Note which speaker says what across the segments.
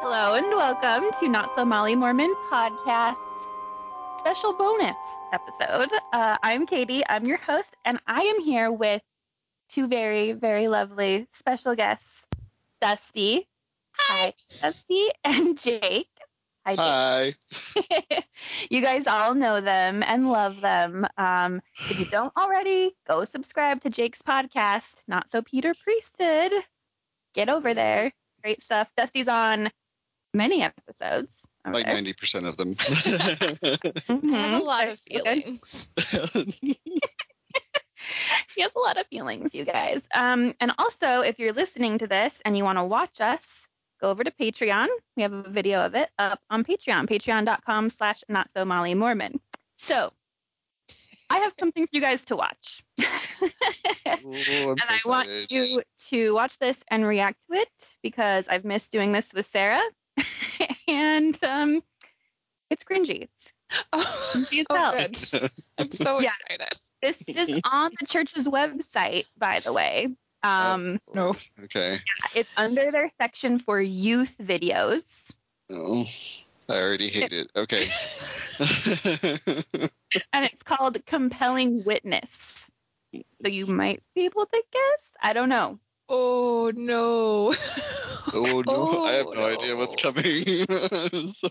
Speaker 1: Hello and welcome to Not So Molly Mormon podcast special bonus episode. Uh, I'm Katie, I'm your host, and I am here with two very, very lovely special guests, Dusty. Hi. Dusty and Jake. Hi, Jake.
Speaker 2: Hi.
Speaker 1: you guys all know them and love them. Um, if you don't already, go subscribe to Jake's podcast, Not So Peter Priested. Get over there. Great stuff. Dusty's on many episodes. over
Speaker 2: Like
Speaker 1: there.
Speaker 2: 90% of them.
Speaker 1: Mhm.
Speaker 3: I have a lot of
Speaker 1: They're so good.
Speaker 3: feelings.
Speaker 2: Oh,
Speaker 1: She has a lot of feelings, you guys. Um, and also, if you're listening to this and you want to watch us, go over to Patreon. We have a video of it up on Patreon, patreon.com slash not so Molly Mormon. So I have something for you guys to watch.
Speaker 2: Ooh, I'm
Speaker 1: and
Speaker 2: so
Speaker 1: I want
Speaker 2: excited.
Speaker 1: you to watch this and react to it because I've missed doing this with Sarah. and um, it's cringy. It's
Speaker 3: Oh,
Speaker 1: cringy as hell.
Speaker 3: oh good. I'm so
Speaker 1: Yeah.
Speaker 3: excited.
Speaker 1: This is on the church's website, by the way.
Speaker 2: Oh.
Speaker 1: Um,
Speaker 3: No.
Speaker 2: Okay.
Speaker 1: it's under their section for youth videos.
Speaker 2: Oh, I already hate it. Okay.
Speaker 1: and it's called compelling witness. So you might be able to guess. I don't know.
Speaker 3: Oh no.
Speaker 2: oh no, I have no,
Speaker 3: Oh,
Speaker 2: idea what's
Speaker 3: no.
Speaker 2: coming. I'm so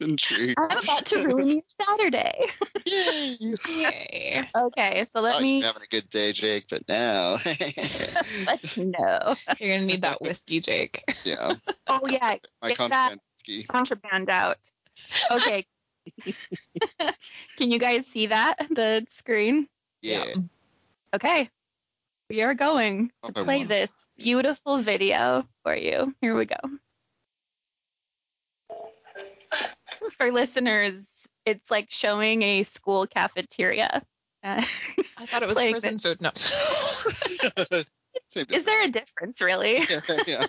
Speaker 2: intrigued.
Speaker 1: I'm about to ruin your Saturday.
Speaker 2: Yay!
Speaker 3: Okay.
Speaker 1: Okay, so let
Speaker 2: Thought you
Speaker 1: me
Speaker 2: were having a good day, Jake, but now.
Speaker 1: let you know.
Speaker 3: You're gonna need that whiskey, Jake.
Speaker 2: yeah.
Speaker 1: Oh yeah,
Speaker 2: My
Speaker 1: Get that-
Speaker 2: confidant ski.
Speaker 1: contraband out. Okay. Can you guys see that? The screen?
Speaker 2: Yeah.
Speaker 1: Okay. We are going to
Speaker 2: Hope I
Speaker 1: play
Speaker 2: won.
Speaker 1: this beautiful video for you. Here we go. For listeners, it's like showing a school cafeteria. Uh,
Speaker 3: I thought it was
Speaker 1: Like
Speaker 3: prison food. No.
Speaker 2: Same
Speaker 1: is there a difference, really?
Speaker 2: difference. yeah.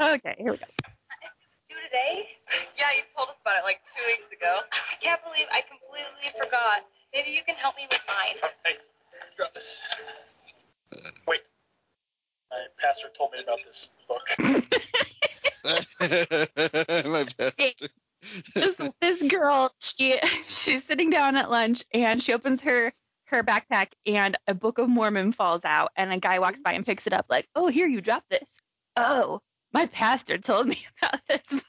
Speaker 1: Okay, here we go.
Speaker 4: due today?
Speaker 5: Yeah, you told us about it like two weeks ago.
Speaker 4: I can't believe I completely forgot. Maybe you can help me with mine.
Speaker 6: Hey, got this. Wait. My pastor told me about this book.
Speaker 2: My bad.
Speaker 1: This, this girl, she she's sitting down at lunch and she opens her her backpack and a Book of Mormon falls out and a guy walks by and picks it up like, oh, here you dropped this. Oh, my pastor told me about this.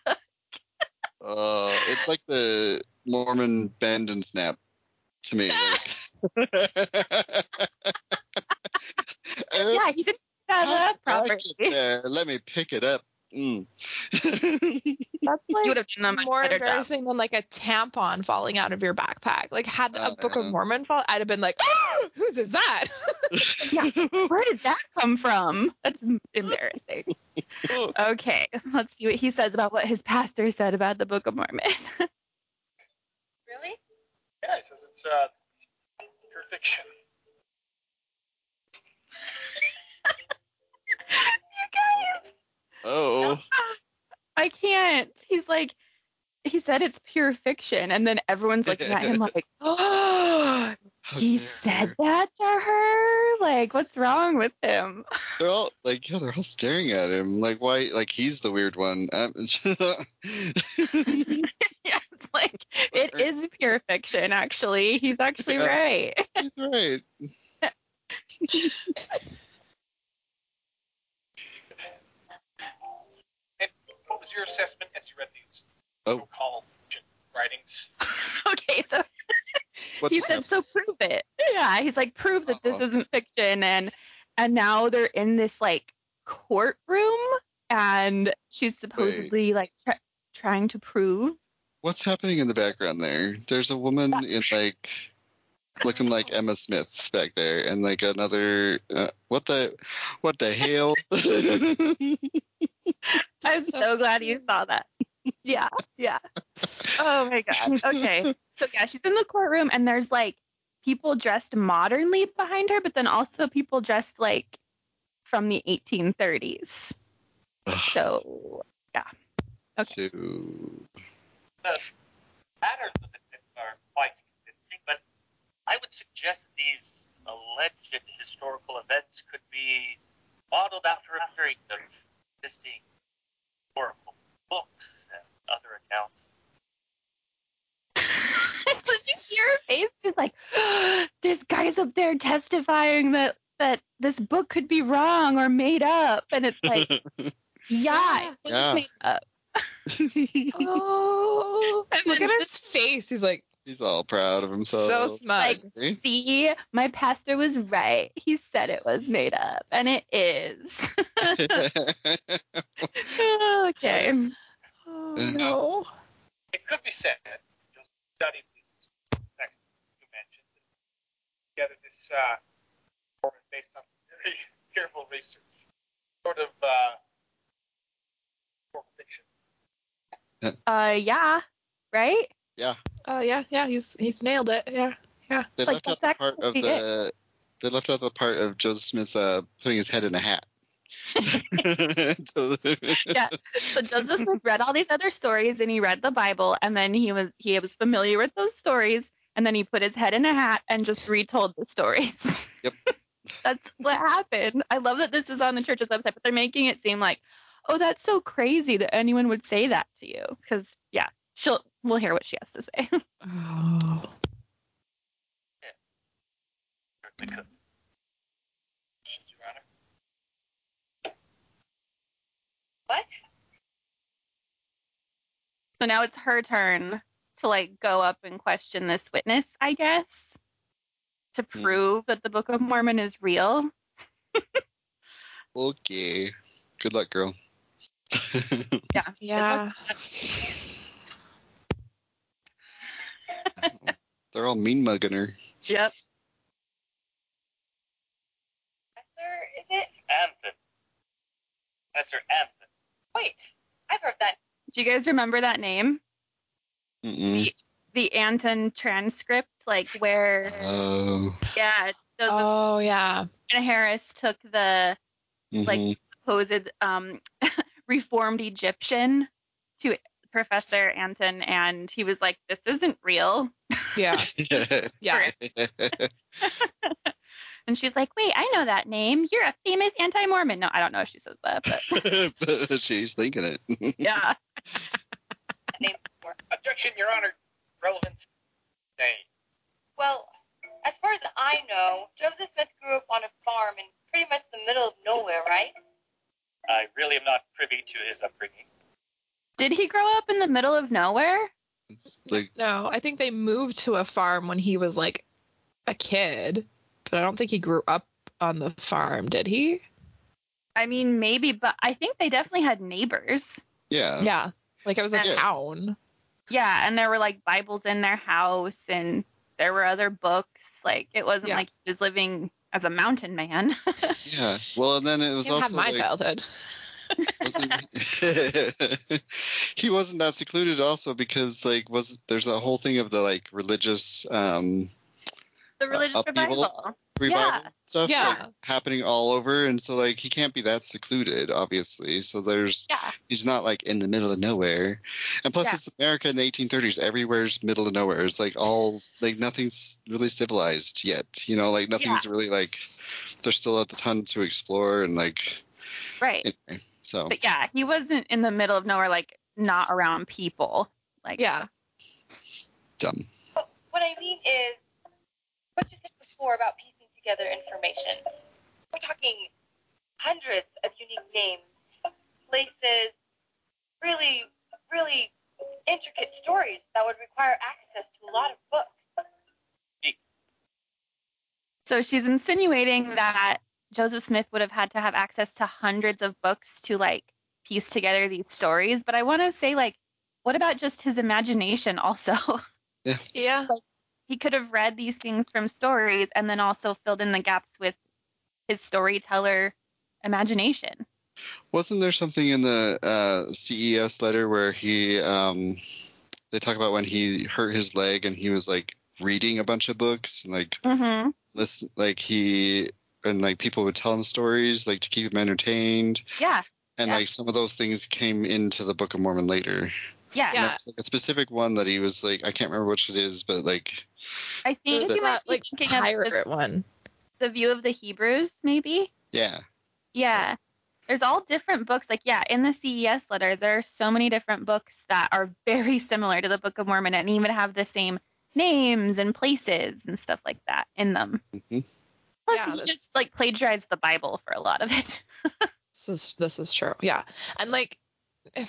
Speaker 2: Uh, it's like the Mormon bend and snap to me. Like.
Speaker 1: yeah, he didn't pick that up
Speaker 2: How did I
Speaker 1: properly.
Speaker 2: get there? Let me pick it up. Mm.
Speaker 3: That's
Speaker 1: You would
Speaker 3: like
Speaker 1: have done a much
Speaker 3: more
Speaker 1: better job.
Speaker 3: embarrassing than like a tampon falling out of your backpack. Like had
Speaker 1: Oh,
Speaker 3: a Book of
Speaker 2: Uh-huh.
Speaker 3: Mormon fall, I'd have been like, oh, whose is that?
Speaker 1: Where did that come from? That's m- embarrassing. okay, let's see what he says about what his pastor said about the Book of Mormon.
Speaker 4: Really?
Speaker 6: Yeah, he says it's uh, pure fiction.
Speaker 2: oh,
Speaker 1: I can't. He's like, he said it's pure fiction, and then everyone's looking at him like, oh,
Speaker 2: how
Speaker 1: he
Speaker 2: dare
Speaker 1: said
Speaker 2: you.
Speaker 1: that to her. Like, what's wrong with him?
Speaker 2: They're all like, yeah, they're all staring at him. Like, why? Like, he's the weird one. Um,
Speaker 1: yeah, it's like it is pure fiction. Actually, he's actually
Speaker 2: Yeah.
Speaker 1: right.
Speaker 2: he's right.
Speaker 6: What was your assessment as you read these
Speaker 2: Oh.
Speaker 6: so-called ancient writings?
Speaker 1: okay, so
Speaker 2: What's
Speaker 1: he
Speaker 2: up?
Speaker 1: said, "So prove it." Yeah, he's like, "Prove that this
Speaker 2: Uh-oh.
Speaker 1: isn't fiction," and and now they're in this like courtroom, and she's supposedly like tr- trying to prove.
Speaker 2: What's happening in the background there? There's a woman in like looking like Emma Smith back there, and like another uh, what the what the hell?
Speaker 1: I'm
Speaker 3: So
Speaker 1: so, glad you saw that. Yeah, yeah. Oh my god. Okay. So yeah, she's in the courtroom, and there's like people dressed modernly behind her, but then also people dressed like from the 1830s. So
Speaker 2: To-
Speaker 7: matter of it are quite convincing, but I would suggest that these alleged historical events could be modeled after a very good existing historical books and other accounts.
Speaker 1: Did you see her face? She's like, this guy's up there testifying that that this book could be wrong or made up, and it's like, yeah, it was
Speaker 2: Yeah.
Speaker 1: made up.
Speaker 3: Oh,
Speaker 1: And
Speaker 3: look
Speaker 1: then Oh.
Speaker 3: at his face. He's like
Speaker 2: He's all proud of
Speaker 3: so
Speaker 2: himself.
Speaker 3: smug.
Speaker 1: Like- See, my pastor was right. He said it was made up, and it is. okay. mm.
Speaker 3: oh no.
Speaker 6: It could be said that you'll study these next you mentioned together this uh, report based on very careful research, sort of uh, historical fiction.
Speaker 1: Uh, yeah, right.
Speaker 3: Oh yeah, yeah. He's he's nailed it. Yeah.
Speaker 2: they
Speaker 1: like,
Speaker 2: left out the
Speaker 1: that's
Speaker 2: part of
Speaker 1: actually
Speaker 2: the. They left out the part of Joseph Smith uh, putting his head in a hat. So-
Speaker 1: So Joseph Smith read all these other stories and he read the Bible and then he was he was familiar with those stories and then he put his head in a hat and just retold the stories.
Speaker 2: Yep.
Speaker 1: that's what happened. I love that this is on the church's website, but they're making it seem like, oh, that's so crazy that anyone would say that to you. Because yeah, she'll we'll hear what she has to say.
Speaker 3: Oh.
Speaker 7: Yes. Certainly could. Questions, Your Honor?
Speaker 5: What?
Speaker 1: so now it's her turn to like go up and question this witness, I guess, to prove that the Book of Mormon is real.
Speaker 2: okay. Good luck, girl.
Speaker 3: Yeah.
Speaker 2: They're all mean mugging her.
Speaker 1: Yep.
Speaker 5: Esther, is it?
Speaker 7: Anthem. Professor Anthem.
Speaker 5: Wait, I've heard that.
Speaker 1: Do you guys remember that name?
Speaker 2: Mm-mm.
Speaker 1: the Anton transcript, like where
Speaker 2: Oh.
Speaker 1: yeah, Joseph
Speaker 5: uh,
Speaker 3: Oh yeah.
Speaker 1: and Harris took the Like-
Speaker 2: mhm.
Speaker 1: supposed um, reformed Egyptian to Professor Anton, and he was like, "This isn't real,"
Speaker 3: Yeah. Yeah.
Speaker 1: and she's like, "Wait, I know that name. You're a famous anti-Mormon." No, I don't know if she says that, but
Speaker 2: but Mm-hmm. she's thinking it.
Speaker 1: yeah,
Speaker 5: That name before.
Speaker 6: Objection, Your Honor. Relevance. Name.
Speaker 5: Well, as far as I know, Joseph Smith grew up on a farm in pretty much the middle of nowhere, right?
Speaker 7: I really am not privy to his upbringing.
Speaker 1: did he grow up in the middle of nowhere?
Speaker 2: It's like
Speaker 3: No, I think they moved to a farm when he was like a kid, but I don't think he grew up on the farm, did he?
Speaker 1: I mean, maybe, but I think they definitely had neighbors.
Speaker 2: yeah.
Speaker 3: yeah. Like it was a
Speaker 1: Yeah.
Speaker 3: town.
Speaker 1: Yeah, and there were like Bibles in their house, and there were other books. Like it wasn't
Speaker 3: Yeah.
Speaker 1: like he was living as a mountain man.
Speaker 2: Yeah. Well, and then it was
Speaker 3: He had
Speaker 2: also
Speaker 3: my
Speaker 2: like
Speaker 3: childhood.
Speaker 2: wasn't he wasn't that secluded also because like was there's a whole thing of the like religious um
Speaker 1: the religious
Speaker 2: upheaval?
Speaker 1: revival.
Speaker 2: revival
Speaker 1: Yeah.
Speaker 2: stuff
Speaker 3: Yeah.
Speaker 2: like, happening all over and so like he can't be that secluded obviously so there's
Speaker 1: Yeah,
Speaker 2: he's not like in the middle of nowhere and plus
Speaker 1: Yeah.
Speaker 2: it's america in the 1830s everywhere's middle of nowhere it's like all like nothing's really civilized yet you know like nothing's really like there's still a ton to explore and like
Speaker 1: right.
Speaker 2: anyway, so
Speaker 1: But yeah, he wasn't in the middle of nowhere, like not around people. Like
Speaker 3: Yeah.
Speaker 2: dumb
Speaker 5: But what I mean is, what you said before about piecing together information. We're talking hundreds of unique names, places, really, really intricate stories that would require access to a lot of books.
Speaker 1: So she's insinuating that Joseph Smith would have had to have access to hundreds of books to like piece together these stories. But I want to say like, what about just his imagination also?
Speaker 3: Yeah.
Speaker 1: he could have read these things from stories and then also filled in the gaps with his storyteller imagination.
Speaker 2: Wasn't there something in the uh, CES letter where he um, they talk about when he hurt his leg and he was like reading a bunch of books and like
Speaker 1: Mm-hmm.
Speaker 2: listen like he and like people would tell him stories like to keep him entertained
Speaker 1: Yeah,
Speaker 2: and
Speaker 1: Yeah.
Speaker 2: like some of those things came into the Book of Mormon later.
Speaker 1: yeah.
Speaker 2: And
Speaker 3: Yeah.
Speaker 2: there was, like, a specific one that he was like I can't remember which it is, but like
Speaker 1: I think
Speaker 2: That-
Speaker 1: you might
Speaker 3: That,
Speaker 1: be
Speaker 3: like
Speaker 1: thinking of the,
Speaker 3: pirate one.
Speaker 1: the view of the Hebrews, maybe.
Speaker 2: yeah
Speaker 1: Yeah. there's all different books. Like, yeah, in the CES letter, there are so many different books that are very similar to the Book of Mormon and even have the same names and places and stuff like that in them.
Speaker 2: Mhm.
Speaker 1: Plus,
Speaker 3: Yeah,
Speaker 1: he
Speaker 3: that's-
Speaker 1: just like plagiarized the Bible for a lot of it.
Speaker 3: This is this is true. Yeah, and like, I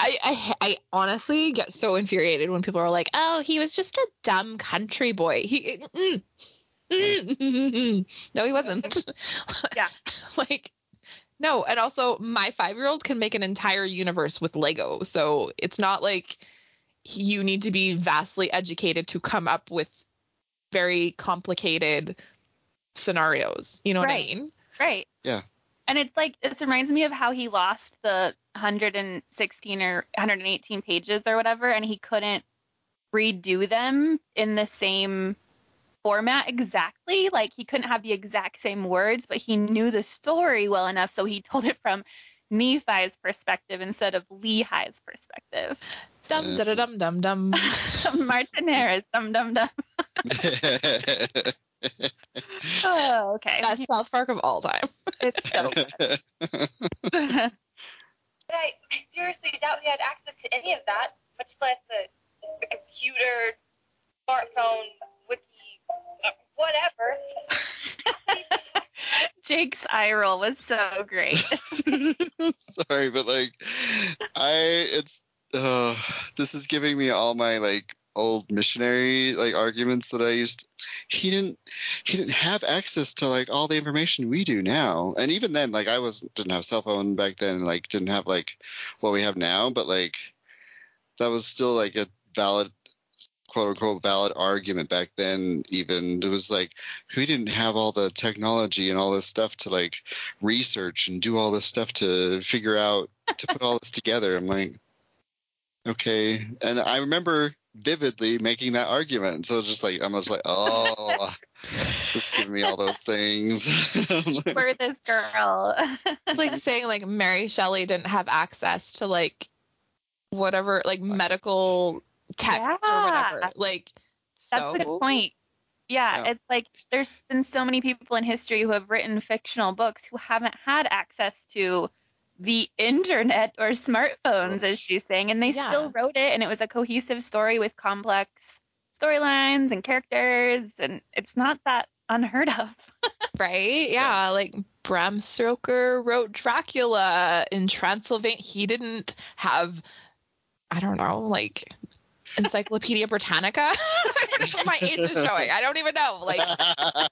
Speaker 3: I I honestly get so infuriated when people are like, "Oh, he was just a dumb country boy." He mm, mm, mm, mm. no, he wasn't.
Speaker 1: Yeah.
Speaker 3: like. No, and also my five-year-old can make an entire universe with Lego, so it's not like you need to be vastly educated to come up with very complicated scenarios. You know what I
Speaker 1: Right.
Speaker 3: mean?
Speaker 1: Right.
Speaker 2: Yeah.
Speaker 1: And it's like this reminds me of how he lost the 116 or 118 pages or whatever, and he couldn't redo them in the same format exactly. Like he couldn't have the exact same words, but he knew the story well enough, so he told it from Nephi's perspective instead of Lehi's perspective.
Speaker 3: Dum da da dum dum dum.
Speaker 1: Martinez, dum dum dum. Oh, okay.
Speaker 3: That's South Park of all time.
Speaker 1: It's so good.
Speaker 5: But I, I seriously doubt he had access to any of that, much less a, a computer, smartphone, wiki, whatever.
Speaker 1: Jake's eye roll was so great.
Speaker 2: Sorry, but like, I it's uh, this is giving me all my like old missionary like arguments that I used. He didn't he didn't have access to like all the information we do now, and even then like I was didn't have cell phone back then, and, like didn't have like what we have now, but like that was still like a valid quote unquote valid argument back then even it was like we didn't have all the technology and all this stuff to like research and do all this stuff to figure out to put all this together. I'm like, okay. And I remember vividly making that argument. So it's just like I'm just like, oh, this is giving me all those things.
Speaker 1: for this girl.
Speaker 3: It's like saying like Mary Shelley didn't have access to like whatever like medical tech or
Speaker 1: Yeah.
Speaker 3: whatever. Like
Speaker 1: That's
Speaker 3: so
Speaker 1: a good point. Yeah,
Speaker 2: Yeah.
Speaker 1: it's like there's been so many people in history who have written fictional books who haven't had access to the internet or smartphones, as she's saying, and they
Speaker 3: Yeah.
Speaker 1: still wrote it, and it was a cohesive story with complex storylines and characters, and it's not that unheard of.
Speaker 3: right? Yeah, like Bram Stoker wrote Dracula in Transylvania. He didn't have I don't know, like Encyclopedia Britannica. My age is showing. I don't even know. Like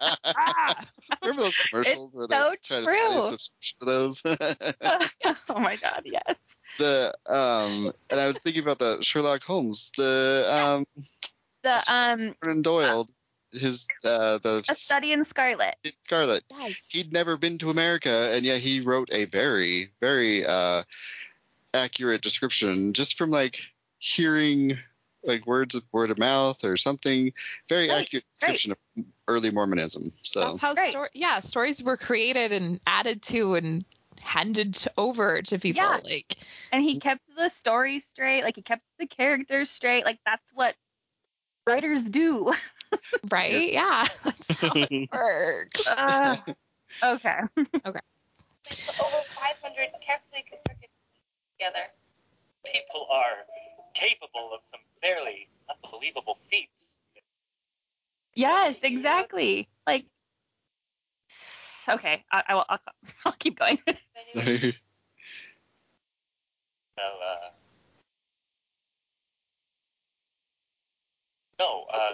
Speaker 3: ah.
Speaker 2: remember those commercials where they
Speaker 1: so
Speaker 2: try to find
Speaker 1: true.
Speaker 2: a subscription for those?
Speaker 1: oh my god, yes.
Speaker 2: the um, and I was thinking about the Sherlock Holmes, the um,
Speaker 1: The um,
Speaker 2: Conan Doyle, his uh, the
Speaker 1: a study in Scarlet.
Speaker 2: Scarlet.
Speaker 3: Yes.
Speaker 2: he'd never been to America, and yet he wrote a very, very uh, accurate description just from like hearing like words of word of mouth or something. Very
Speaker 1: Right,
Speaker 2: accurate description of early Mormonism. So
Speaker 3: That's how
Speaker 1: Right.
Speaker 3: stor- yeah, stories were created and added to and handed to- over to people.
Speaker 1: Yeah.
Speaker 3: Like
Speaker 1: and he kept the story straight like he kept the characters straight like that's what writers do
Speaker 3: right? Yeah. That's how it works.
Speaker 1: uh, okay
Speaker 5: They put over 500 carefully constructed pieces together.
Speaker 7: People are capable of some fairly unbelievable feats.
Speaker 1: yes exactly like okay i, I will I'll, I'll keep going
Speaker 5: Many
Speaker 7: So, uh, no, uh,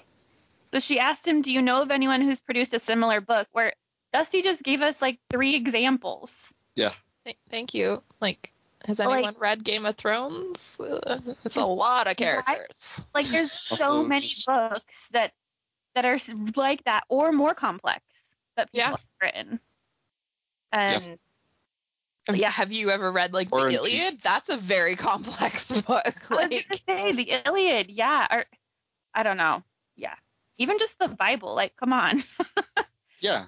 Speaker 1: so she asked him do you know of anyone who's produced a similar book where dusty just gave us like three examples
Speaker 3: Th- thank you. Like, has
Speaker 1: Like-
Speaker 3: anyone read Game of Thrones? Uh, It's a lot of characters.
Speaker 1: like there's so
Speaker 2: Also,
Speaker 1: many
Speaker 2: just-
Speaker 1: books that that are s- like that or more complex that people
Speaker 3: Yeah.
Speaker 1: have written and
Speaker 3: I mean,
Speaker 1: Yeah.
Speaker 3: Have you ever read like
Speaker 2: Or
Speaker 3: the
Speaker 2: in
Speaker 3: Iliad?
Speaker 2: Greece.
Speaker 3: That's a very complex book.
Speaker 1: I was gonna
Speaker 3: Like,
Speaker 1: say the Iliad, yeah, or I don't know, yeah, even just the Bible, like, come on.
Speaker 2: yeah,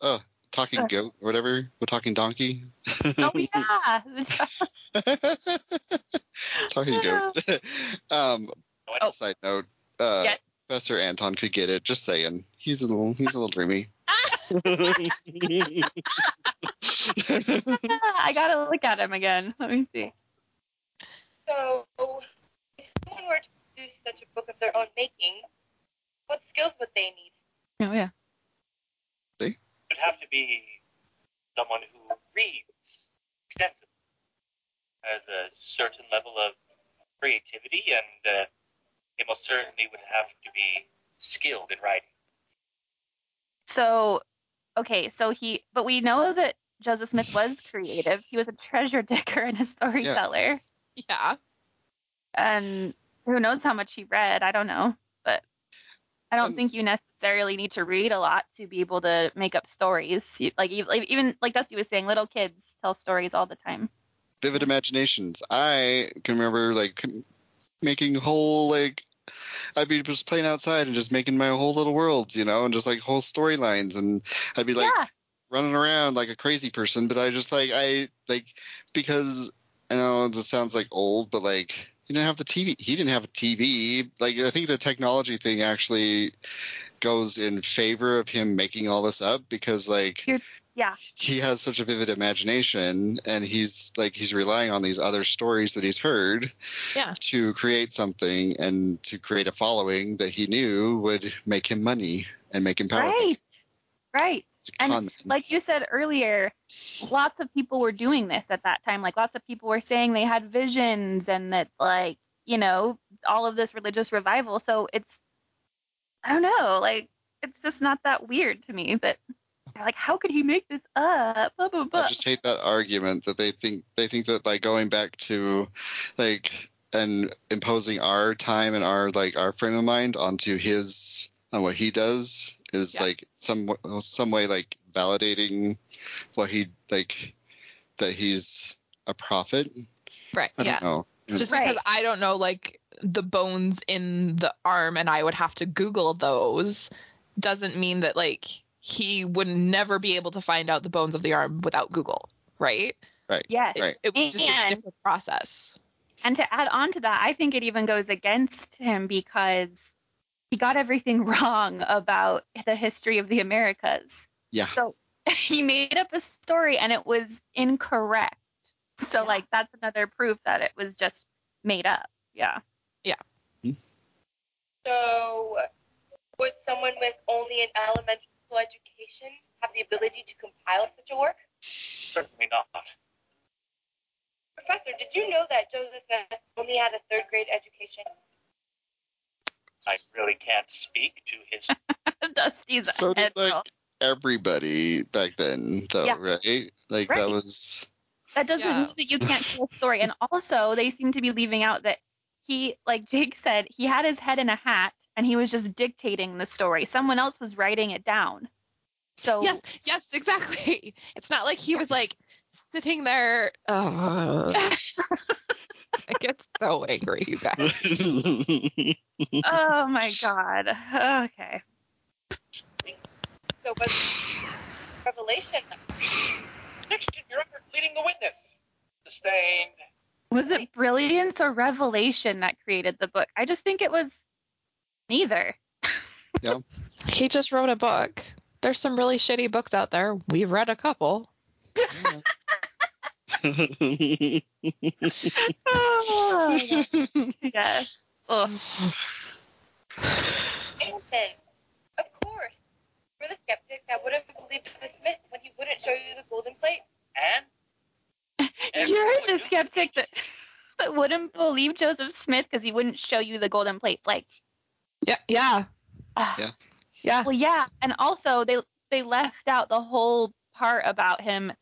Speaker 2: oh, talking
Speaker 1: Uh.
Speaker 2: goat or whatever, we're talking donkey.
Speaker 1: Oh yeah,
Speaker 2: talking goat. Oh, um,
Speaker 1: Oh.
Speaker 2: side note, uh,
Speaker 1: Yes.
Speaker 2: Professor Anton could get it. Just saying, he's a little, he's a little dreamy.
Speaker 1: I gotta look at him again. Let me see.
Speaker 5: So, if someone were to do such a book of their own making, what skills would they need?
Speaker 1: Oh yeah.
Speaker 7: would have to be someone who reads extensively, has a certain level of creativity, and uh, they most certainly would have to be skilled in writing.
Speaker 1: So, okay, so he, but we know that Joseph Smith was creative. He was a treasure digger and a storyteller,
Speaker 3: Yeah.
Speaker 1: and who knows how much he read? I don't know, but I don't
Speaker 2: Um,
Speaker 1: think you necessarily need to read a lot to be able to make up stories. You, like ev- like, even like Dusty was saying, little kids tell stories all the time.
Speaker 2: Vivid imaginations. I can remember like con- making whole like I'd be just playing outside and just making my whole little worlds, you know, and just like whole storylines, and I'd be like
Speaker 1: yeah,
Speaker 2: running around like a crazy person, but I just like I like because I know this sounds like old, but like you didn't have the TV. He didn't have a TV. Like I think the technology thing actually goes in favor of him making all this up because like
Speaker 1: You're- yeah.
Speaker 2: he has such a vivid imagination and he's like he's relying on these other stories that he's heard
Speaker 3: Yeah.
Speaker 2: to create something and to create a following that he knew would make him money and make him powerful.
Speaker 1: right, right.
Speaker 2: It's a
Speaker 1: And,
Speaker 2: con man.
Speaker 1: like you said earlier, lots of people were doing this at that time. Like lots of people were saying they had visions and that like, you know, all of this religious revival. So it's I don't know, like it's just not that weird to me that they're like, how could he make this up? Blah, blah, blah.
Speaker 2: I just hate that argument that they think they think that like going back to like and imposing our time and our like our frame of mind onto his on what he does is
Speaker 3: Yeah.
Speaker 2: like some some way like validating what he like that he's a prophet.
Speaker 3: Right.
Speaker 2: I
Speaker 3: Yeah.
Speaker 2: don't know.
Speaker 3: Just
Speaker 1: Right.
Speaker 3: because I don't know like the bones in the arm and I would have to Google those doesn't mean that like he would never be able to find out the bones of the arm without Google, right?
Speaker 1: yes.
Speaker 2: Right.
Speaker 3: It was just a
Speaker 1: And-
Speaker 3: different process.
Speaker 1: And to add on to that, I think it even goes against him because he got everything wrong about the history of the Americas.
Speaker 2: Yeah.
Speaker 1: So he made up a story and it was incorrect. So like that's another proof that it was just made up. Yeah.
Speaker 5: So, would someone with only an elementary school education have the ability to compile such a work?
Speaker 7: Certainly not.
Speaker 5: Professor, did you know that Joseph Smith only had a third grade education?
Speaker 7: I really can't speak to his.
Speaker 1: Dusty's
Speaker 2: So did,
Speaker 1: head
Speaker 2: like,
Speaker 1: roll.
Speaker 2: Everybody back then though,
Speaker 1: Yeah.
Speaker 2: right? Like
Speaker 1: Right.
Speaker 2: that was
Speaker 1: That doesn't
Speaker 3: Yeah.
Speaker 1: mean that you can't tell a story. And also, they seem to be leaving out that he, like Jake said, he had his head in a hat and he was just dictating the story. Someone else was writing it down. So
Speaker 3: Yes, yes, exactly. It's not like he was like sitting there. Oh, I get so angry, you guys.
Speaker 1: oh my god. Okay.
Speaker 5: So, was Revelation
Speaker 6: Christian, you're under leading the witness. Sustained.
Speaker 1: Was it brilliance or revelation that created the book? I just think it was neither.
Speaker 3: He just wrote a book. There's some really shitty books out there. We've read a couple.
Speaker 1: Oh, yes. Ugh.
Speaker 5: innocent? Of course. You're the skeptic that would have believed Joseph Smith when he wouldn't show you the golden plate.
Speaker 7: And
Speaker 1: You're the skeptic that, that wouldn't believe Joseph Smith because he wouldn't show you the golden plate. Like,
Speaker 3: Yeah, yeah,
Speaker 1: ah.
Speaker 2: Yeah.
Speaker 3: yeah.
Speaker 1: well, yeah. And also, they they left out the whole part about him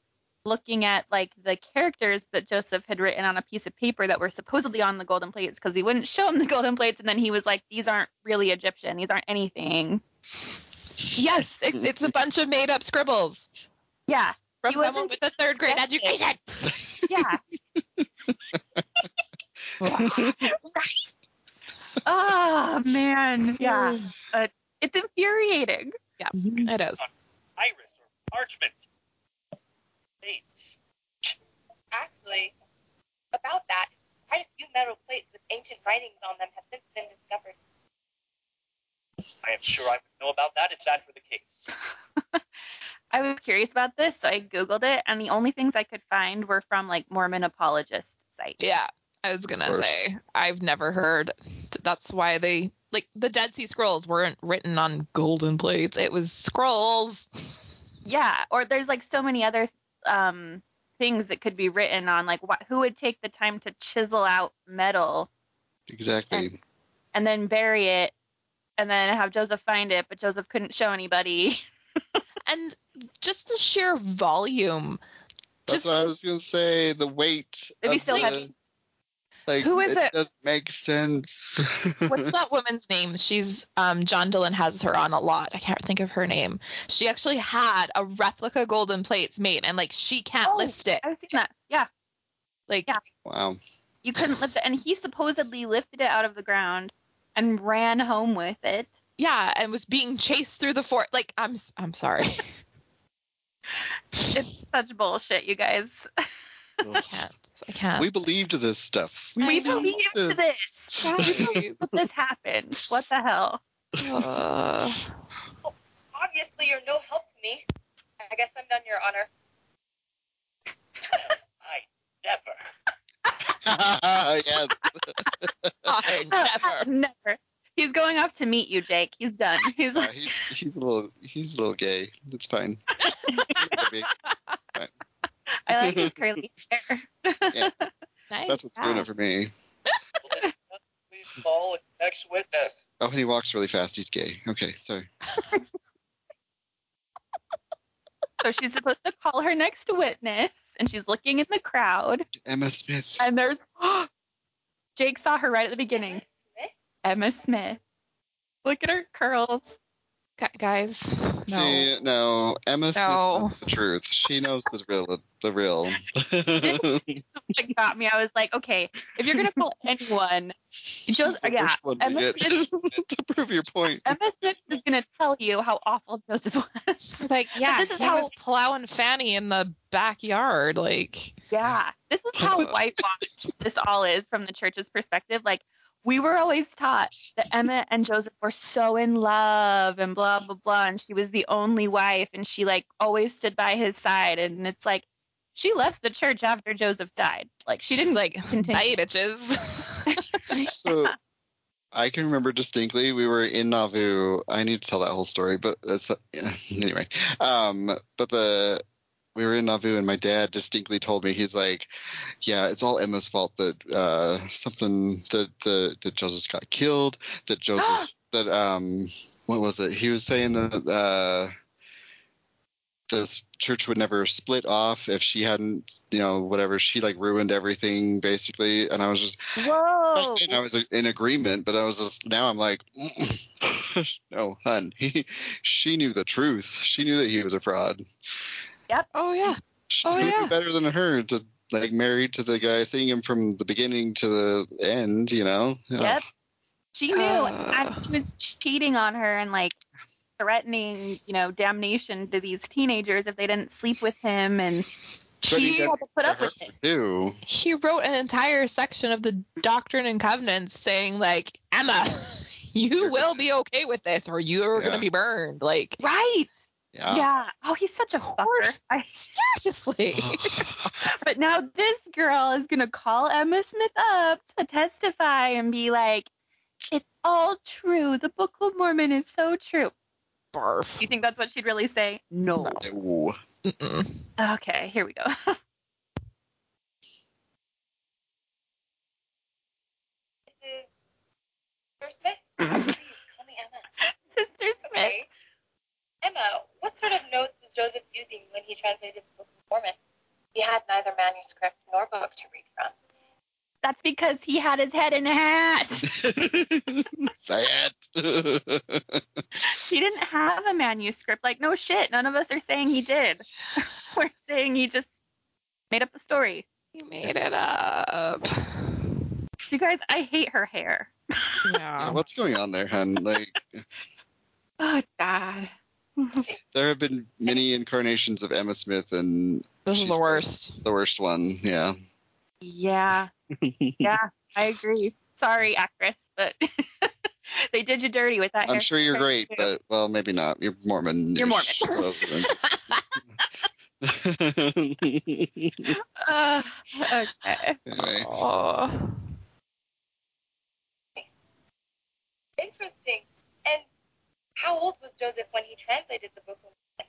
Speaker 1: looking at like the characters that Joseph had written on a piece of paper that were supposedly on the golden plates because he wouldn't show him the golden plates, and then he was like, "These aren't really Egyptian. These aren't anything."
Speaker 3: Yes, it's, it's a bunch of made up scribbles
Speaker 1: Yeah,
Speaker 3: from
Speaker 1: He wasn't
Speaker 3: someone with a third grade
Speaker 1: skeptic.
Speaker 3: education.
Speaker 1: yeah, right. Oh man, yeah. Uh, it's infuriating.
Speaker 3: It is.
Speaker 7: iris or parchment. Dates.
Speaker 5: Actually, about that, quite a few metal plates with ancient writings on them have since been discovered.
Speaker 7: I am sure I would know about that if that were the case.
Speaker 1: I was curious about this, so I Googled it, and the only things I could find were from like Mormon apologist sites.
Speaker 3: Yeah, I was gonna
Speaker 2: course.
Speaker 3: say I've never heard. That's why they like the Dead Sea Scrolls weren't written on golden plates. It was scrolls.
Speaker 1: Yeah, or there's like so many other um, things that could be written on, like what, who would take the time to chisel out metal
Speaker 2: Exactly.
Speaker 1: and then bury it, and then have Joseph find it, but Joseph couldn't show anybody.
Speaker 3: and just the sheer volume.
Speaker 2: That's
Speaker 3: just-
Speaker 2: what I was gonna say. The weight.
Speaker 1: It'd be
Speaker 2: of
Speaker 1: so
Speaker 2: the-
Speaker 1: heavy.
Speaker 2: Like,
Speaker 3: Who is it?
Speaker 2: Doesn't make sense.
Speaker 3: What's that woman's name? She's um, John Dillon has her on a lot. I can't think of her name. She actually had a replica golden plates made, and like she can't
Speaker 1: Oh,
Speaker 3: lift it.
Speaker 1: I've seen that. Yeah,
Speaker 3: Like
Speaker 1: yeah.
Speaker 2: wow.
Speaker 1: you couldn't lift it, and he supposedly lifted it out of the ground and ran home with it.
Speaker 3: yeah, and was being chased through the fort. Like I'm I'm sorry.
Speaker 1: Such bullshit, you guys.
Speaker 3: I can't. I can't.
Speaker 2: we believed this stuff.
Speaker 1: We
Speaker 3: I know.
Speaker 1: believed this.
Speaker 3: Guys,
Speaker 1: This happened. What the hell?
Speaker 3: uh,
Speaker 5: Obviously, you're no help to me. I guess I'm done, Your Honor.
Speaker 7: I never.
Speaker 2: yes.
Speaker 3: I never.
Speaker 1: Never. He's going off to meet you, Jake. He's done. He's
Speaker 2: Uh,
Speaker 1: like,
Speaker 2: he, he's a little. He's a little gay. It's fine. Maybe.
Speaker 1: I like his curly hair.
Speaker 3: Nice.
Speaker 2: That's what's doing it for me.
Speaker 6: Please call next witness.
Speaker 2: Oh, and he walks really fast. He's gay. Okay, sorry.
Speaker 1: So she's supposed to call her next witness, and she's looking in the crowd,
Speaker 2: Emma Smith.
Speaker 1: and there's Jake saw her right at the beginning. Emma Smith. Look at her curls.
Speaker 3: Gu- guys. No.
Speaker 2: See, no, Emma Smith
Speaker 3: No.
Speaker 2: knows the truth. She knows the real. The real.
Speaker 1: It got me. I was like, okay, if you're gonna call anyone, Just-
Speaker 2: the
Speaker 1: yeah,
Speaker 2: worst one to
Speaker 1: Emma
Speaker 2: get to prove your point.
Speaker 1: Emma Smith is gonna tell you how awful Joseph was.
Speaker 2: uh,
Speaker 3: Like yeah,
Speaker 1: this is
Speaker 3: he
Speaker 1: how-
Speaker 3: was plowing Fanny in the backyard. Like
Speaker 1: Yeah. This is how whitewashed this all is from the church's perspective. Like, we were always taught that Emma and Joseph were so in love and blah, blah, blah. And she was the only wife and she, like, always stood by his side. And it's like, she left the church after Joseph died. Like, she didn't, like, continue.
Speaker 3: bye bitches.
Speaker 2: So I can remember distinctly we were in Nauvoo. I need to tell that whole story, but that's, anyway. Um, but the we were in Nauvoo, and my dad distinctly told me he's like, "Yeah, it's all Emma's fault that uh, something that the that Joseph got killed. That Joseph that um what was it? He was saying that uh." This church would never split off if she hadn't, you know, whatever. She like ruined everything basically, and I was just
Speaker 1: Whoa.
Speaker 3: Oh.
Speaker 2: and I was in agreement, but I was just, now I'm like, no, hun. He, she knew the truth. She knew that he was a fraud.
Speaker 3: oh yeah.
Speaker 2: She
Speaker 3: Oh,
Speaker 2: who knew
Speaker 3: yeah.
Speaker 2: better than her to like married to the guy, seeing him from the beginning to the end. You know.
Speaker 1: Yep. She knew
Speaker 3: Uh.
Speaker 1: and she was cheating on her and like threatening, you know, damnation to these teenagers if they didn't sleep with him and
Speaker 2: But he
Speaker 1: she
Speaker 2: did
Speaker 1: had to put
Speaker 2: to
Speaker 1: up with
Speaker 2: her.
Speaker 1: it.
Speaker 2: Ew.
Speaker 3: He wrote an entire section of the Doctrine and Covenants saying like Emma, you will be okay with this or you're
Speaker 2: Yeah.
Speaker 3: gonna be burned. Like
Speaker 1: Right.
Speaker 2: Yeah.
Speaker 1: Yeah. Oh, he's such a fucker. I,
Speaker 3: seriously.
Speaker 1: but now this girl is gonna call Emma Smith up to testify and be like, "It's all true. The Book of Mormon is so true."
Speaker 3: Barf.
Speaker 1: You think that's what she'd really say? No.
Speaker 2: Ew.
Speaker 3: Mm-mm.
Speaker 1: Okay. Here we go.
Speaker 5: This is Mr. Smith. Please call me Emma.
Speaker 1: Sister Smith.
Speaker 5: Okay. Emma, what sort of notes was Joseph using when he translated the Book of Mormon? He had neither manuscript nor book to read from.
Speaker 1: That's because he had his head in a hat.
Speaker 2: Sad.
Speaker 1: He didn't have a manuscript. Like, no shit. None of us are saying he did. We're saying he just made up a story.
Speaker 3: He made it up.
Speaker 1: You guys, I hate her hair.
Speaker 3: Yeah.
Speaker 2: What's going on there, hun? Like,
Speaker 1: Oh, it's bad.
Speaker 2: there have been many incarnations of Emma Smith, and
Speaker 3: This is
Speaker 2: She's
Speaker 3: the worst.
Speaker 2: the worst one, yeah.
Speaker 1: Yeah. yeah, I agree. Sorry, actress, but They did you dirty with that.
Speaker 2: I'm
Speaker 1: hair.
Speaker 2: sure you're great, but well, maybe not. You're Mormon.
Speaker 1: You're Mormon.
Speaker 2: So I'm just-
Speaker 1: Uh, okay.
Speaker 2: anyway,
Speaker 3: Oh.
Speaker 5: Interesting. And how old was Joseph when he translated the book? Like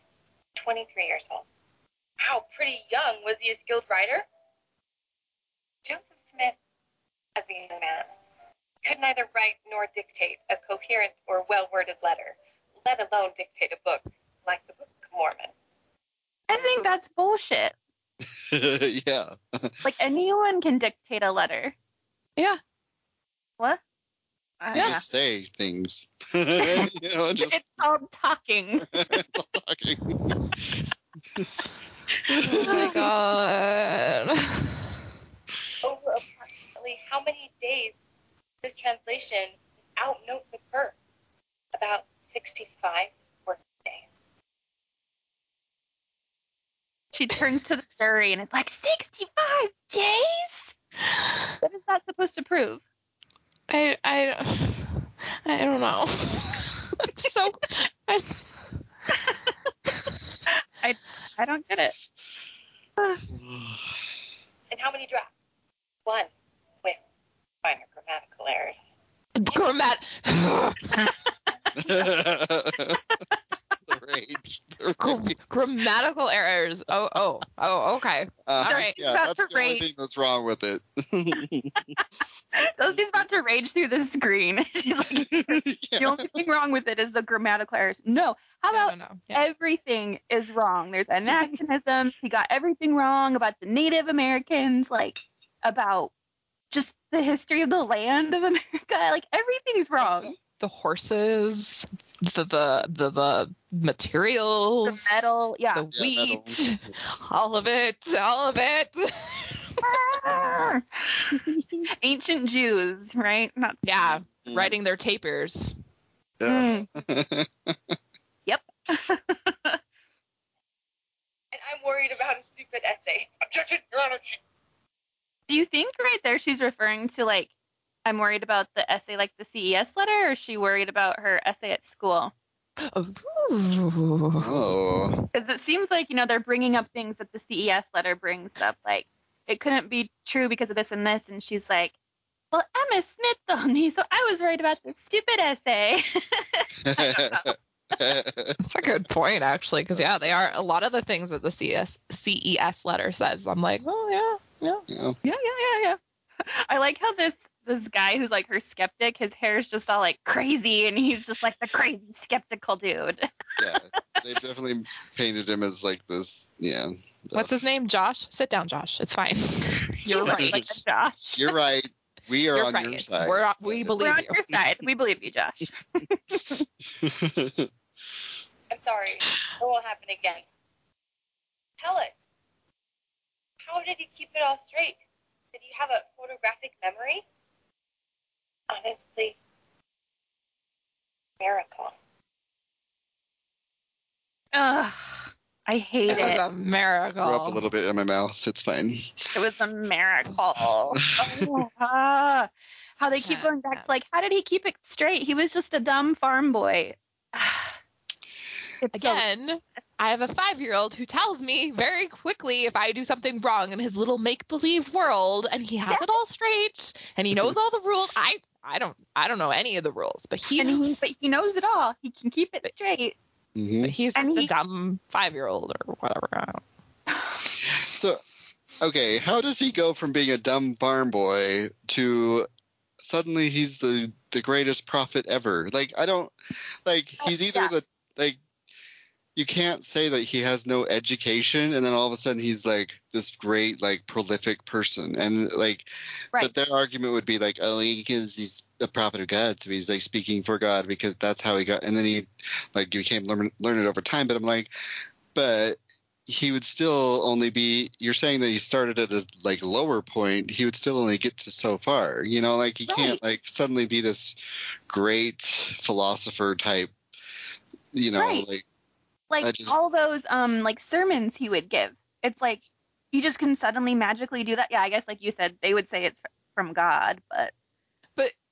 Speaker 5: 23 years old. Wow, pretty young. Was he a skilled writer? Joseph Smith, as a young man, could neither write nor dictate a coherent or well worded letter, let alone dictate a book like the Book of Mormon.
Speaker 1: I think that's bullshit.
Speaker 2: yeah.
Speaker 1: Like anyone can dictate a letter.
Speaker 3: Yeah.
Speaker 1: What? I-
Speaker 2: You just say things. you know, just
Speaker 1: It's called talking.
Speaker 2: talking.
Speaker 3: oh my god.
Speaker 5: Over approximately how many days this translation outnote the first? About 65 working days.
Speaker 1: She turns to the jury and it's like, 65 days? What is that supposed to prove?
Speaker 3: I I I don't know. I'm so I,
Speaker 1: I don't get it.
Speaker 5: And how many drafts? One with minor grammatical errors.
Speaker 3: grammat.
Speaker 2: the rage. The
Speaker 3: gra-
Speaker 2: rage.
Speaker 3: grammatical errors. Oh oh oh. Okay.
Speaker 2: Uh,
Speaker 3: right,
Speaker 2: Yeah,
Speaker 1: about the
Speaker 2: that's the only
Speaker 1: rage.
Speaker 2: thing that's wrong with it.
Speaker 1: Elsie's about to rage through the screen. She's like, the
Speaker 2: yeah.
Speaker 1: only thing wrong with it is the grammatical errors. No. How
Speaker 3: I
Speaker 1: about
Speaker 3: don't know. Yeah.
Speaker 1: everything is wrong. There's anachronism. he got everything wrong about the Native Americans, like about just the history of the land of America. Like everything's wrong.
Speaker 3: The horses. The the the, the
Speaker 1: The
Speaker 3: materials.
Speaker 1: metal, yeah.
Speaker 3: The
Speaker 2: Yeah,
Speaker 3: wheat. All of it. All of it.
Speaker 1: Ancient Jews, right? Not
Speaker 3: yeah. Writing their tapers.
Speaker 2: Yeah.
Speaker 5: And I'm worried about a stupid essay.
Speaker 6: Objection, Your Honor. She
Speaker 1: Do you think right there she's referring to like I'm worried about the essay like the CES letter or is she worried about her essay at school?
Speaker 3: Ooh.
Speaker 2: Oh.
Speaker 1: Because it seems like, you know, they're bringing up things that the CES letter brings up. Like, it couldn't be true because of this and this. And she's like, well, Emma Smith told me, so I was worried about this stupid essay.
Speaker 3: That's a good point, actually, because yeah, they are a lot of the things that the CS, CES E letter says. I'm like, oh yeah, yeah.
Speaker 2: Yeah.
Speaker 1: yeah, yeah, yeah, yeah. I like how this this guy who's like her skeptic, his hair's just all like crazy, and he's just like the crazy skeptical dude.
Speaker 2: yeah. They've definitely painted him as like this. Yeah.
Speaker 3: What's his name? Josh. Sit down, Josh. It's fine. You're
Speaker 1: He's
Speaker 3: right.
Speaker 1: Like a Josh.
Speaker 2: You're right. We are
Speaker 3: You're
Speaker 2: on
Speaker 3: right.
Speaker 2: your side.
Speaker 3: We're on- we
Speaker 1: We're
Speaker 3: believe
Speaker 1: on
Speaker 3: you.
Speaker 1: your side. We believe you, Josh.
Speaker 5: I'm sorry. It will happen again. Tell us. How did he keep it all straight? Did he have a photographic memory? Honestly, miracle.
Speaker 1: Ugh, I hate
Speaker 3: It was
Speaker 1: it.
Speaker 3: a miracle.
Speaker 2: Grew up a little bit in my mouth. It's fine.
Speaker 1: It was a miracle. Oh, ah. how they keep
Speaker 3: Shut
Speaker 1: going back
Speaker 3: up.
Speaker 1: to like, how did he keep it straight? He was just a dumb farm boy. Ah. It's so-
Speaker 3: Again, I have a five-year-old who tells me very quickly if I do something wrong in his little make-believe world, and he has it all straight, and he knows all the rules. I I don't I don't know any of the rules, but he
Speaker 1: and he, but he knows it all. He can keep it straight.
Speaker 2: hmm
Speaker 3: But he's
Speaker 1: And
Speaker 3: just
Speaker 1: he-
Speaker 3: a dumb five year old or whatever. I don't-
Speaker 2: So, okay, how does he go from being a dumb farm boy to suddenly he's the the greatest prophet ever? Like I don't like he's either
Speaker 1: Oh, yeah.
Speaker 2: the like you can't say that he has no education and then all of a sudden he's like this great like prolific person and like
Speaker 1: Right.
Speaker 2: but their argument would be like oh because he's a prophet of god so he's like speaking for god because that's how he got and then he like became learn- learned over time but i'm like but he would still only be you're saying that he started at a like lower point he would still only get to so far you know like he can't like suddenly be this great philosopher type you know
Speaker 1: Right.
Speaker 2: like I
Speaker 1: like
Speaker 2: just-
Speaker 1: all those um like sermons he would give. It's like you just can suddenly magically do that. Yeah, I guess like you said, they would say it's from God, but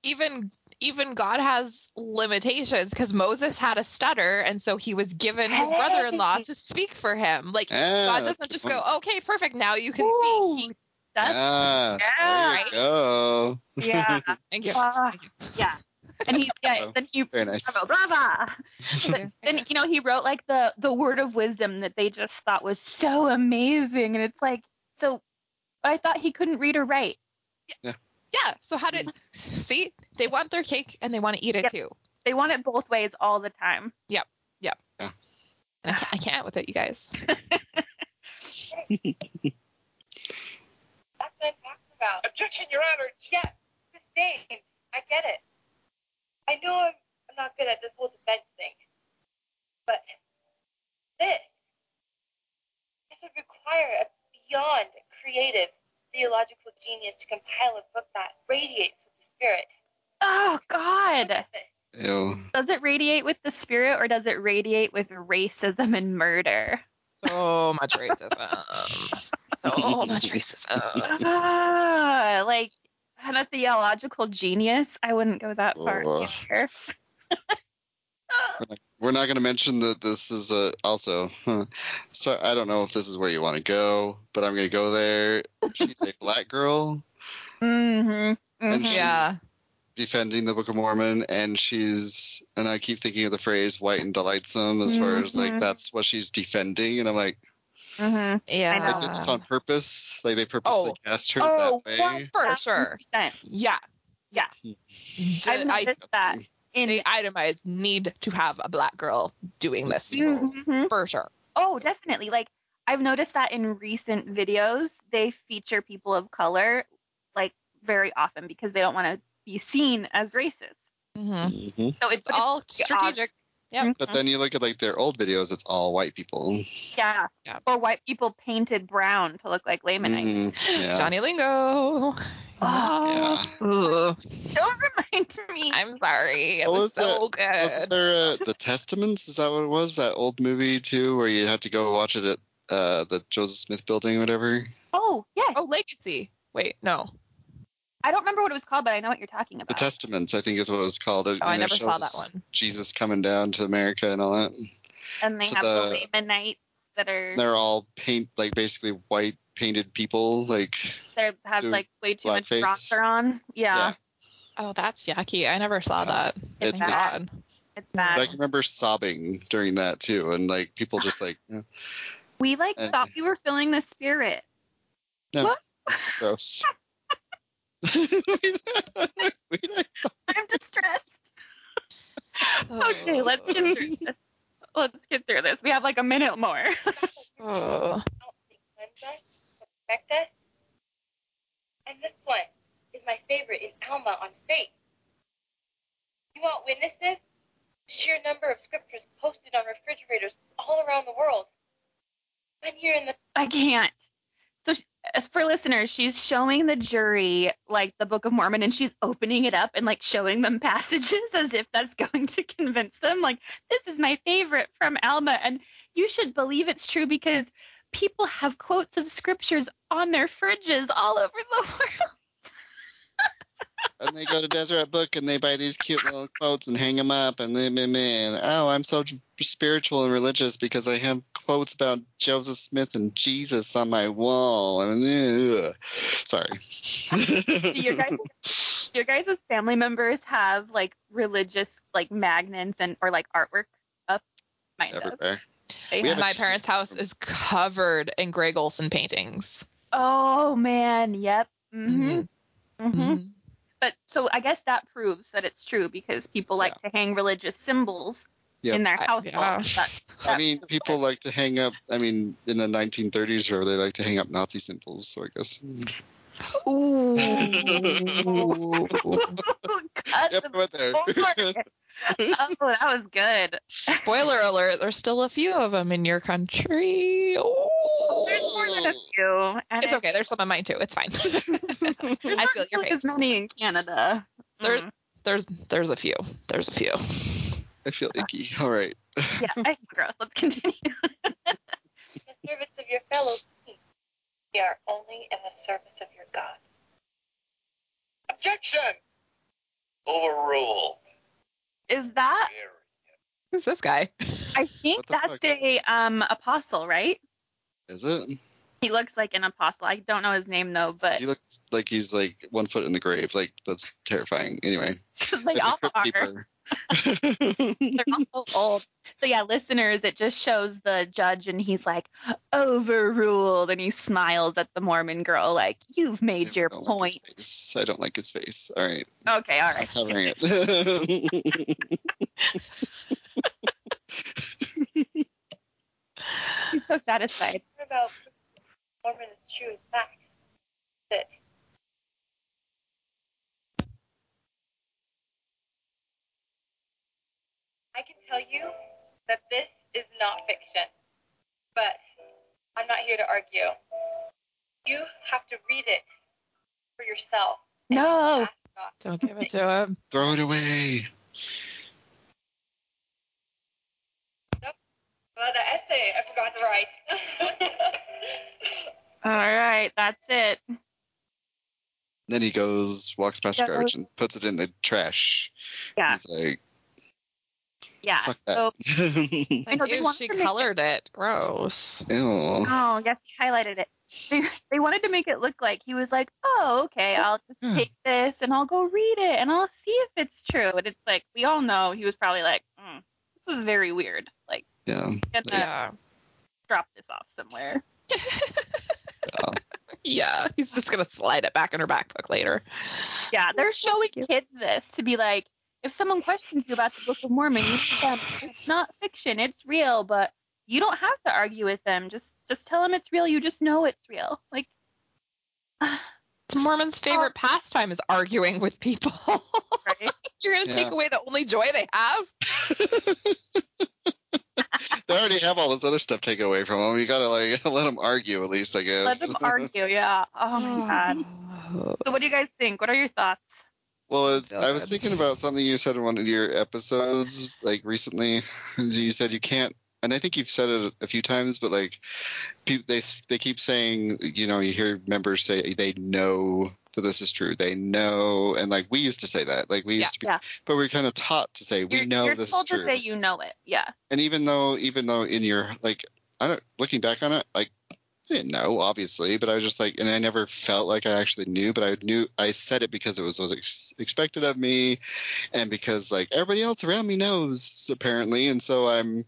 Speaker 3: even even God has limitations because Moses had a stutter, and so he was given his brother-in-law to speak for him. Like
Speaker 2: Ah,
Speaker 3: God
Speaker 2: that's
Speaker 3: doesn't just
Speaker 2: a good
Speaker 3: go, okay, perfect, now you can
Speaker 1: Ooh,
Speaker 3: see.
Speaker 1: that's
Speaker 2: ah, there
Speaker 3: Right?
Speaker 2: you go.
Speaker 1: yeah,
Speaker 3: Thank you.
Speaker 1: Ah,
Speaker 3: Thank you.
Speaker 1: yeah. And he, yeah,
Speaker 2: So-
Speaker 1: then he
Speaker 2: Very nice.
Speaker 1: bravo, brava.
Speaker 3: Thank you.
Speaker 1: And you know, he wrote like the the word of wisdom that they just thought was so amazing, and it's like so. But I thought he couldn't read or write.
Speaker 3: Yeah. So how did see? They want their cake and they want to eat it
Speaker 1: Yep.
Speaker 3: too.
Speaker 1: They want it both ways all the time.
Speaker 3: And I, can't, I can't with it, you guys.
Speaker 5: That's what I'm talking about.
Speaker 6: Objection, Your Honor.
Speaker 5: Yeah, sustained. I get it. I know I'm, I'm not good at this whole defense thing, but this this would require a beyond creative theological genius to compile a book that radiates with the spirit.
Speaker 1: Oh God!
Speaker 2: Ew.
Speaker 1: Does it radiate with the spirit, or does it radiate with racism and murder?
Speaker 3: So much racism. So much racism.
Speaker 1: Ah, like and a theological genius. I wouldn't go that far.
Speaker 2: Ugh.
Speaker 1: either.
Speaker 2: We're not going to mention that this is a also. huh. So I don't know if this is where you want to go, but I'm going to go there. She's a black girl,
Speaker 1: Mhm,
Speaker 2: and
Speaker 1: mhm.
Speaker 2: she's
Speaker 3: Yeah.
Speaker 2: defending the Book of Mormon, and she's and I keep thinking of the phrase "white and delightsome" as far as like
Speaker 1: Mhm.
Speaker 2: that's what she's defending, and I'm like,
Speaker 1: Mhm.
Speaker 2: they
Speaker 3: Yeah.
Speaker 2: did this on purpose. Like they purposely
Speaker 3: Ah. Oh.
Speaker 2: cast her
Speaker 1: Oh,
Speaker 2: that way.
Speaker 1: one
Speaker 3: For sure.
Speaker 1: 100%.
Speaker 3: Yeah.
Speaker 1: Yeah. I've
Speaker 3: The- I,
Speaker 1: noticed that in
Speaker 3: they itemize need to have a black girl doing this
Speaker 1: Mhm.
Speaker 3: for sure.
Speaker 1: Oh, definitely. Like I've noticed that in recent videos, they feature people of color like very often because they don't want to be seen as racist.
Speaker 3: Mm-hmm.
Speaker 2: Mhm.
Speaker 1: So it's Mhm.
Speaker 3: It's all
Speaker 1: ob-
Speaker 3: strategic. Yep.
Speaker 2: But then you look at like their old videos; it's all white people.
Speaker 1: yeah.
Speaker 3: Yeah.
Speaker 1: Or white people painted brown to look like Lamanites.
Speaker 2: Mm, yeah.
Speaker 3: Johnny Lingo.
Speaker 1: Oh.
Speaker 3: Ugh.
Speaker 1: Don't remind me.
Speaker 3: I'm sorry. It
Speaker 2: What
Speaker 3: was,
Speaker 2: was
Speaker 3: so
Speaker 2: Wasn't
Speaker 3: good.
Speaker 2: there uh, the Testaments? Is that what it was? That old movie too, where you had to go watch it at uh, the Joseph Smith Building, or whatever.
Speaker 1: oh, yeah.
Speaker 3: Oh, Legacy. Wait, no.
Speaker 1: I don't remember what it was called, but I know what you're talking
Speaker 2: The
Speaker 1: about.
Speaker 2: Testaments, I think, is what it was called.
Speaker 3: Oh, I never saw that one. Mm-hmm.
Speaker 2: Jesus coming down to America and all that.
Speaker 1: and they
Speaker 2: so
Speaker 1: have the
Speaker 2: the-
Speaker 1: Lamanites that are
Speaker 2: They're all paint like basically white painted people. Like
Speaker 1: they have
Speaker 2: doing
Speaker 1: like way too much
Speaker 2: blackface.
Speaker 1: roster on. Yeah.
Speaker 2: yeah.
Speaker 3: Oh, that's yucky. I never saw
Speaker 2: Yeah.
Speaker 3: that.
Speaker 2: It's
Speaker 3: Thank
Speaker 1: bad.
Speaker 3: God.
Speaker 1: It's bad.
Speaker 2: But I can remember sobbing during that too, and like people just like yeah,
Speaker 1: We like
Speaker 2: And-
Speaker 1: thought we were filling the spirit.
Speaker 2: gross. We like-
Speaker 1: I'm distressed. Oh. Okay,
Speaker 3: Ugh.
Speaker 1: let's get through this. Let's get through this. We have like a minute more.
Speaker 3: Ugh.
Speaker 5: out to cleanse us, perfect us. And this one is my favorite in Alma on faith. You want witnesses? Sheer number of scriptures posted on refrigerators all around the world. When you're in the
Speaker 1: I can't. So, she, as for listeners, she's showing the jury like the Book of Mormon and she's opening it up and like showing them passages as if that's going to convince them. Like, this is my favorite from Alma. And you should believe it's true because people have quotes of scriptures on their fridges all over the world.
Speaker 2: and they go to Deseret Book and they buy these cute little quotes and hang them up and then and, and oh, I'm so spiritual and religious because I have quotes about Joseph Smith and Jesus on my wall. And then, ugh. sorry.
Speaker 1: your guys your guys' family members have like religious like magnets and or like artwork up mine does.
Speaker 2: Everywhere.
Speaker 1: They
Speaker 2: We
Speaker 1: have-
Speaker 2: have a-
Speaker 3: My parents' house is covered in Greg Olson paintings.
Speaker 1: oh man yep mm-hmm.
Speaker 3: Mhm.
Speaker 1: Mm-hmm.
Speaker 3: Mhm.
Speaker 1: but so i guess that proves that it's true because people like to hang religious symbols
Speaker 2: Yep.
Speaker 1: in their
Speaker 3: I-
Speaker 1: household
Speaker 3: yeah.
Speaker 1: That-
Speaker 2: I mean, people like to hang up. I mean, in the 1930s, or they like to hang up Nazi symbols. So I guess.
Speaker 3: Ooh.
Speaker 1: God, the
Speaker 2: Yep, right there.
Speaker 1: Lord. oh that was good
Speaker 3: Spoiler alert, there's still a few of them in your country. Ooh.
Speaker 1: there's more than a few and
Speaker 3: It's okay. There's some of mine too. It's fine.
Speaker 1: there's
Speaker 3: I
Speaker 1: not
Speaker 3: feel your
Speaker 1: really as
Speaker 3: pain.
Speaker 1: many in canada
Speaker 3: There's-
Speaker 1: Mm.
Speaker 3: There's there's a few. There's a few.
Speaker 2: I feel icky. All right.
Speaker 1: yeah I- gross let's continue
Speaker 5: in the service of your fellow beings, we are only in the service of your God.
Speaker 6: Objection.
Speaker 7: Overrule.
Speaker 1: Is that?
Speaker 3: Who's this guy?
Speaker 1: I think
Speaker 2: What the
Speaker 1: that's
Speaker 2: fuck?
Speaker 1: a um apostle, right?
Speaker 2: Is it?
Speaker 1: He looks like an apostle. I don't know his name though, but
Speaker 2: He looks like he's like one foot in the grave. Like that's terrifying. Anyway,
Speaker 1: they all
Speaker 2: Crypt
Speaker 1: are.
Speaker 2: Keeper.
Speaker 1: They're all so old. So yeah, listeners, it just shows the judge and he's like overruled, and he smiles at the Mormon girl like you've made your
Speaker 2: I don't like his
Speaker 1: point.
Speaker 2: face. I don't like his face. All right,
Speaker 1: Okay, all
Speaker 2: I'm
Speaker 1: right.
Speaker 2: covering it.
Speaker 1: He's so satisfied.
Speaker 5: What about Mormon is true as fact? That I can tell you that this is not fiction, but I'm not here to argue. You have to read it for yourself. and
Speaker 1: No.
Speaker 5: ask God.
Speaker 3: Don't give it to him.
Speaker 2: Throw it away.
Speaker 5: Well, the essay I forgot to write.
Speaker 1: All right, that's it.
Speaker 2: Then he goes, walks past
Speaker 1: Yeah.
Speaker 2: the garbage and puts it in the trash.
Speaker 1: Yeah.
Speaker 2: He's like,
Speaker 1: Yeah.
Speaker 2: fuck
Speaker 1: So
Speaker 2: that.
Speaker 1: I know,
Speaker 3: Like,
Speaker 1: they
Speaker 3: ew,
Speaker 1: wanted
Speaker 3: she
Speaker 1: to make-
Speaker 3: colored it. Gross.
Speaker 2: Ew.
Speaker 1: Oh, yes, he highlighted it. They, they wanted to make it look like he was like, oh, okay, I'll just
Speaker 2: Yeah.
Speaker 1: take this and I'll go read it and I'll see if it's true. And it's like, we all know he was probably like, mm, this is very weird. Like,
Speaker 2: Yeah.
Speaker 1: gonna
Speaker 3: Yeah.
Speaker 1: drop this off somewhere.
Speaker 3: Yeah. He's just gonna slide it back in her backpack later.
Speaker 1: Yeah, they're showing
Speaker 3: you.
Speaker 1: kids this to be like, if someone questions you about the Book of Mormon, you tell them it's not fiction, it's real, but you don't have to argue with them. Just just tell them it's real. You just know it's real. Like,
Speaker 3: It's Mormon's favorite pastime is arguing with people.
Speaker 1: right?
Speaker 3: You're gonna
Speaker 2: Yeah.
Speaker 3: take away the only joy they have.
Speaker 2: They already have all this other stuff taken away from them. You gotta like let them argue at least, I guess.
Speaker 1: let them argue. Yeah. Oh
Speaker 3: Hmm.
Speaker 1: my god.
Speaker 3: Oh.
Speaker 1: So what do you guys think? What are your thoughts?
Speaker 2: Well, it,
Speaker 3: Feel
Speaker 2: I was
Speaker 3: bad.
Speaker 2: thinking about something you said in one of your episodes, like recently. You said you can't, and I think you've said it a few times, but like pe- they s- they keep saying, you know, you hear members say they know that this is true. They know, and like we used to say that, like we
Speaker 3: Yeah,
Speaker 2: used to, be,
Speaker 1: yeah.
Speaker 2: but we are kind of taught to say we
Speaker 1: you're,
Speaker 2: know
Speaker 1: you're
Speaker 2: this is
Speaker 1: told
Speaker 2: true.
Speaker 1: to say you know it. Yeah.
Speaker 2: and even though, even though in your like, I don't looking back on it, like. I didn't know, obviously, but I was just like, and I never felt like I actually knew, but I knew I said it because it was what was ex- expected of me, and because like everybody else around me knows apparently, and so I'm,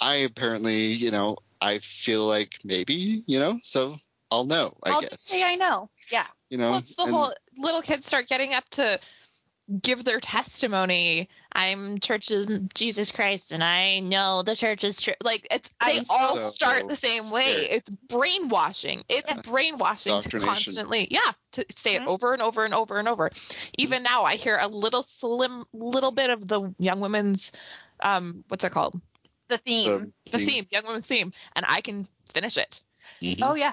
Speaker 2: I apparently, you know, I feel like maybe, you know, so I'll know, I
Speaker 1: will
Speaker 2: guess,
Speaker 1: just say I know. Yeah.
Speaker 2: you know,
Speaker 3: Well, it's the
Speaker 2: and-
Speaker 3: whole little kids start getting up to give their testimony. I'm Church of Jesus Christ, and I know the church is true. Like it's, they
Speaker 2: It's
Speaker 3: all
Speaker 2: so
Speaker 3: start the same way.
Speaker 2: scary.
Speaker 3: It's brainwashing. It's brainwashing to
Speaker 2: Indoctrination.
Speaker 3: constantly, yeah, to say it
Speaker 1: Mhm.
Speaker 3: over and over and over and over. Even now, I hear a little slim, little bit of the young women's, um, what's it called?
Speaker 1: The theme.
Speaker 2: um,
Speaker 3: The theme, young women's theme, and I can finish it.
Speaker 1: oh yeah.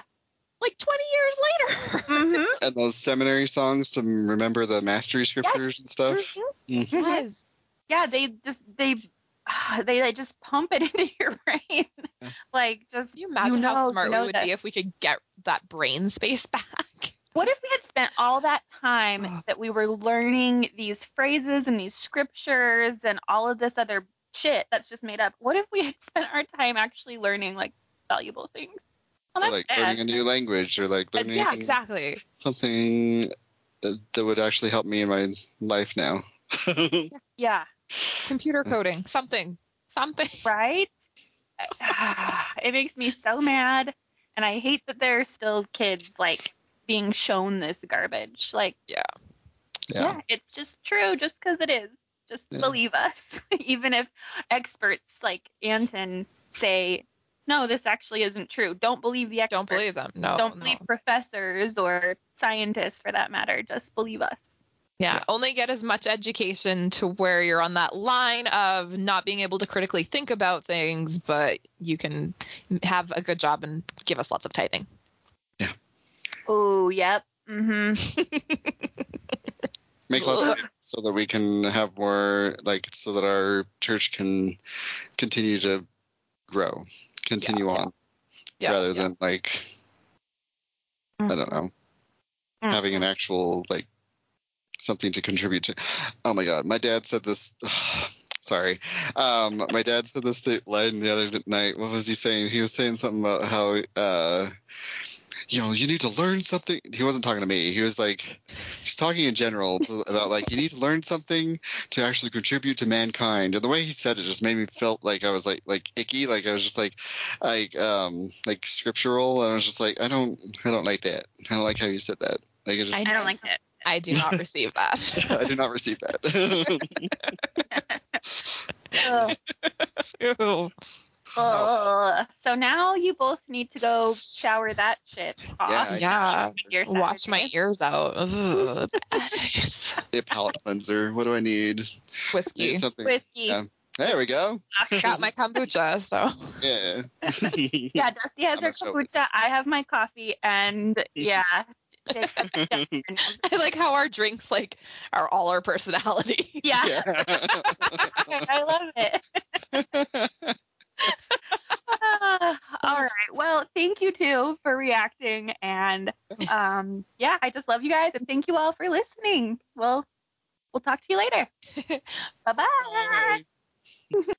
Speaker 3: Like 20 years later.
Speaker 1: Mhm.
Speaker 2: and those seminary songs to remember the mastery scriptures and
Speaker 1: Mm-hmm.
Speaker 2: stuff.
Speaker 3: Mm-hmm.
Speaker 2: Mhm.
Speaker 1: Mhm. Yeah. They just they they they just pump it into your brain.
Speaker 2: Yeah.
Speaker 1: like just
Speaker 3: Can you imagine
Speaker 1: know-
Speaker 3: how
Speaker 1: you
Speaker 3: smart
Speaker 1: know
Speaker 3: we would
Speaker 1: that-
Speaker 3: be if we could get that brain space back?
Speaker 1: What if we had spent all that time
Speaker 3: Ugh.
Speaker 1: that we were learning these phrases and these scriptures and all of this other shit that's just made up? What if we had spent our time actually learning like valuable things? Well,
Speaker 2: Or,
Speaker 1: that's
Speaker 2: like
Speaker 1: bad.
Speaker 2: learning a new language or like learning
Speaker 3: yeah, exactly.
Speaker 2: something that that would actually help me in my life now.
Speaker 1: Yeah,
Speaker 3: Computer coding, something, something.
Speaker 1: right? it makes me so mad, and I hate that there are still kids like being shown this garbage. Like,
Speaker 2: yeah.
Speaker 1: yeah, it's just true just because it is. Just
Speaker 2: Yeah.
Speaker 1: believe us, even if experts like Anton say, no, this actually isn't true. Don't believe the experts.
Speaker 3: Don't believe them. No.
Speaker 1: Don't
Speaker 3: no.
Speaker 1: believe professors or scientists for that matter. Just believe us.
Speaker 3: Yeah, only get as much education to where you're on that line of not being able to critically think about things, but you can have a good job and give us lots of tithing.
Speaker 1: Oh, yep. Mm-hmm.
Speaker 2: make lots of so that we can have more like so that our church can continue to grow continue
Speaker 3: Yeah, yeah.
Speaker 2: on
Speaker 3: Yeah.
Speaker 2: rather
Speaker 3: yeah.
Speaker 2: than like i don't know
Speaker 1: Mm.
Speaker 2: having an actual like something to contribute to. Oh my God, my dad said this. Sorry, um, my dad said this th- line the other night. What was he saying? He was saying something about how. Uh, you know, you need to learn something. He wasn't talking to me. He was like, he's talking in general to, about like you need to learn something to actually contribute to mankind. And the way he said it just made me felt like I was like like icky, like I was just like like um like scriptural. And I was just like, I don't I don't like that. I don't like how you said that. Like I just
Speaker 1: I don't like it.
Speaker 3: I do not receive that.
Speaker 2: I do not receive that.
Speaker 1: Ugh.
Speaker 3: Ew.
Speaker 1: Ugh. So now you both need to go shower that shit off.
Speaker 2: Yeah, I-
Speaker 3: yeah.
Speaker 1: Your
Speaker 3: Wash my
Speaker 1: Saturday.
Speaker 3: ears out. Ugh, bad.
Speaker 2: a palate cleanser. What do I need? I need
Speaker 3: Whiskey.
Speaker 2: something.
Speaker 1: whiskey.
Speaker 2: Yeah. There we go.
Speaker 3: Got my kombucha, so
Speaker 2: Yeah.
Speaker 1: Yeah, Dusty has
Speaker 2: I'm
Speaker 1: her
Speaker 2: not sure.
Speaker 1: kombucha. I have my coffee, and yeah. Jake's got the different-
Speaker 3: I like how our drinks like are all our personality.
Speaker 1: yeah,
Speaker 2: yeah.
Speaker 1: I love it. Ah, all right. Well, thank you two for reacting, and um, yeah, I just love you guys, and thank you all for listening. We'll we'll talk to you later. Bye bye.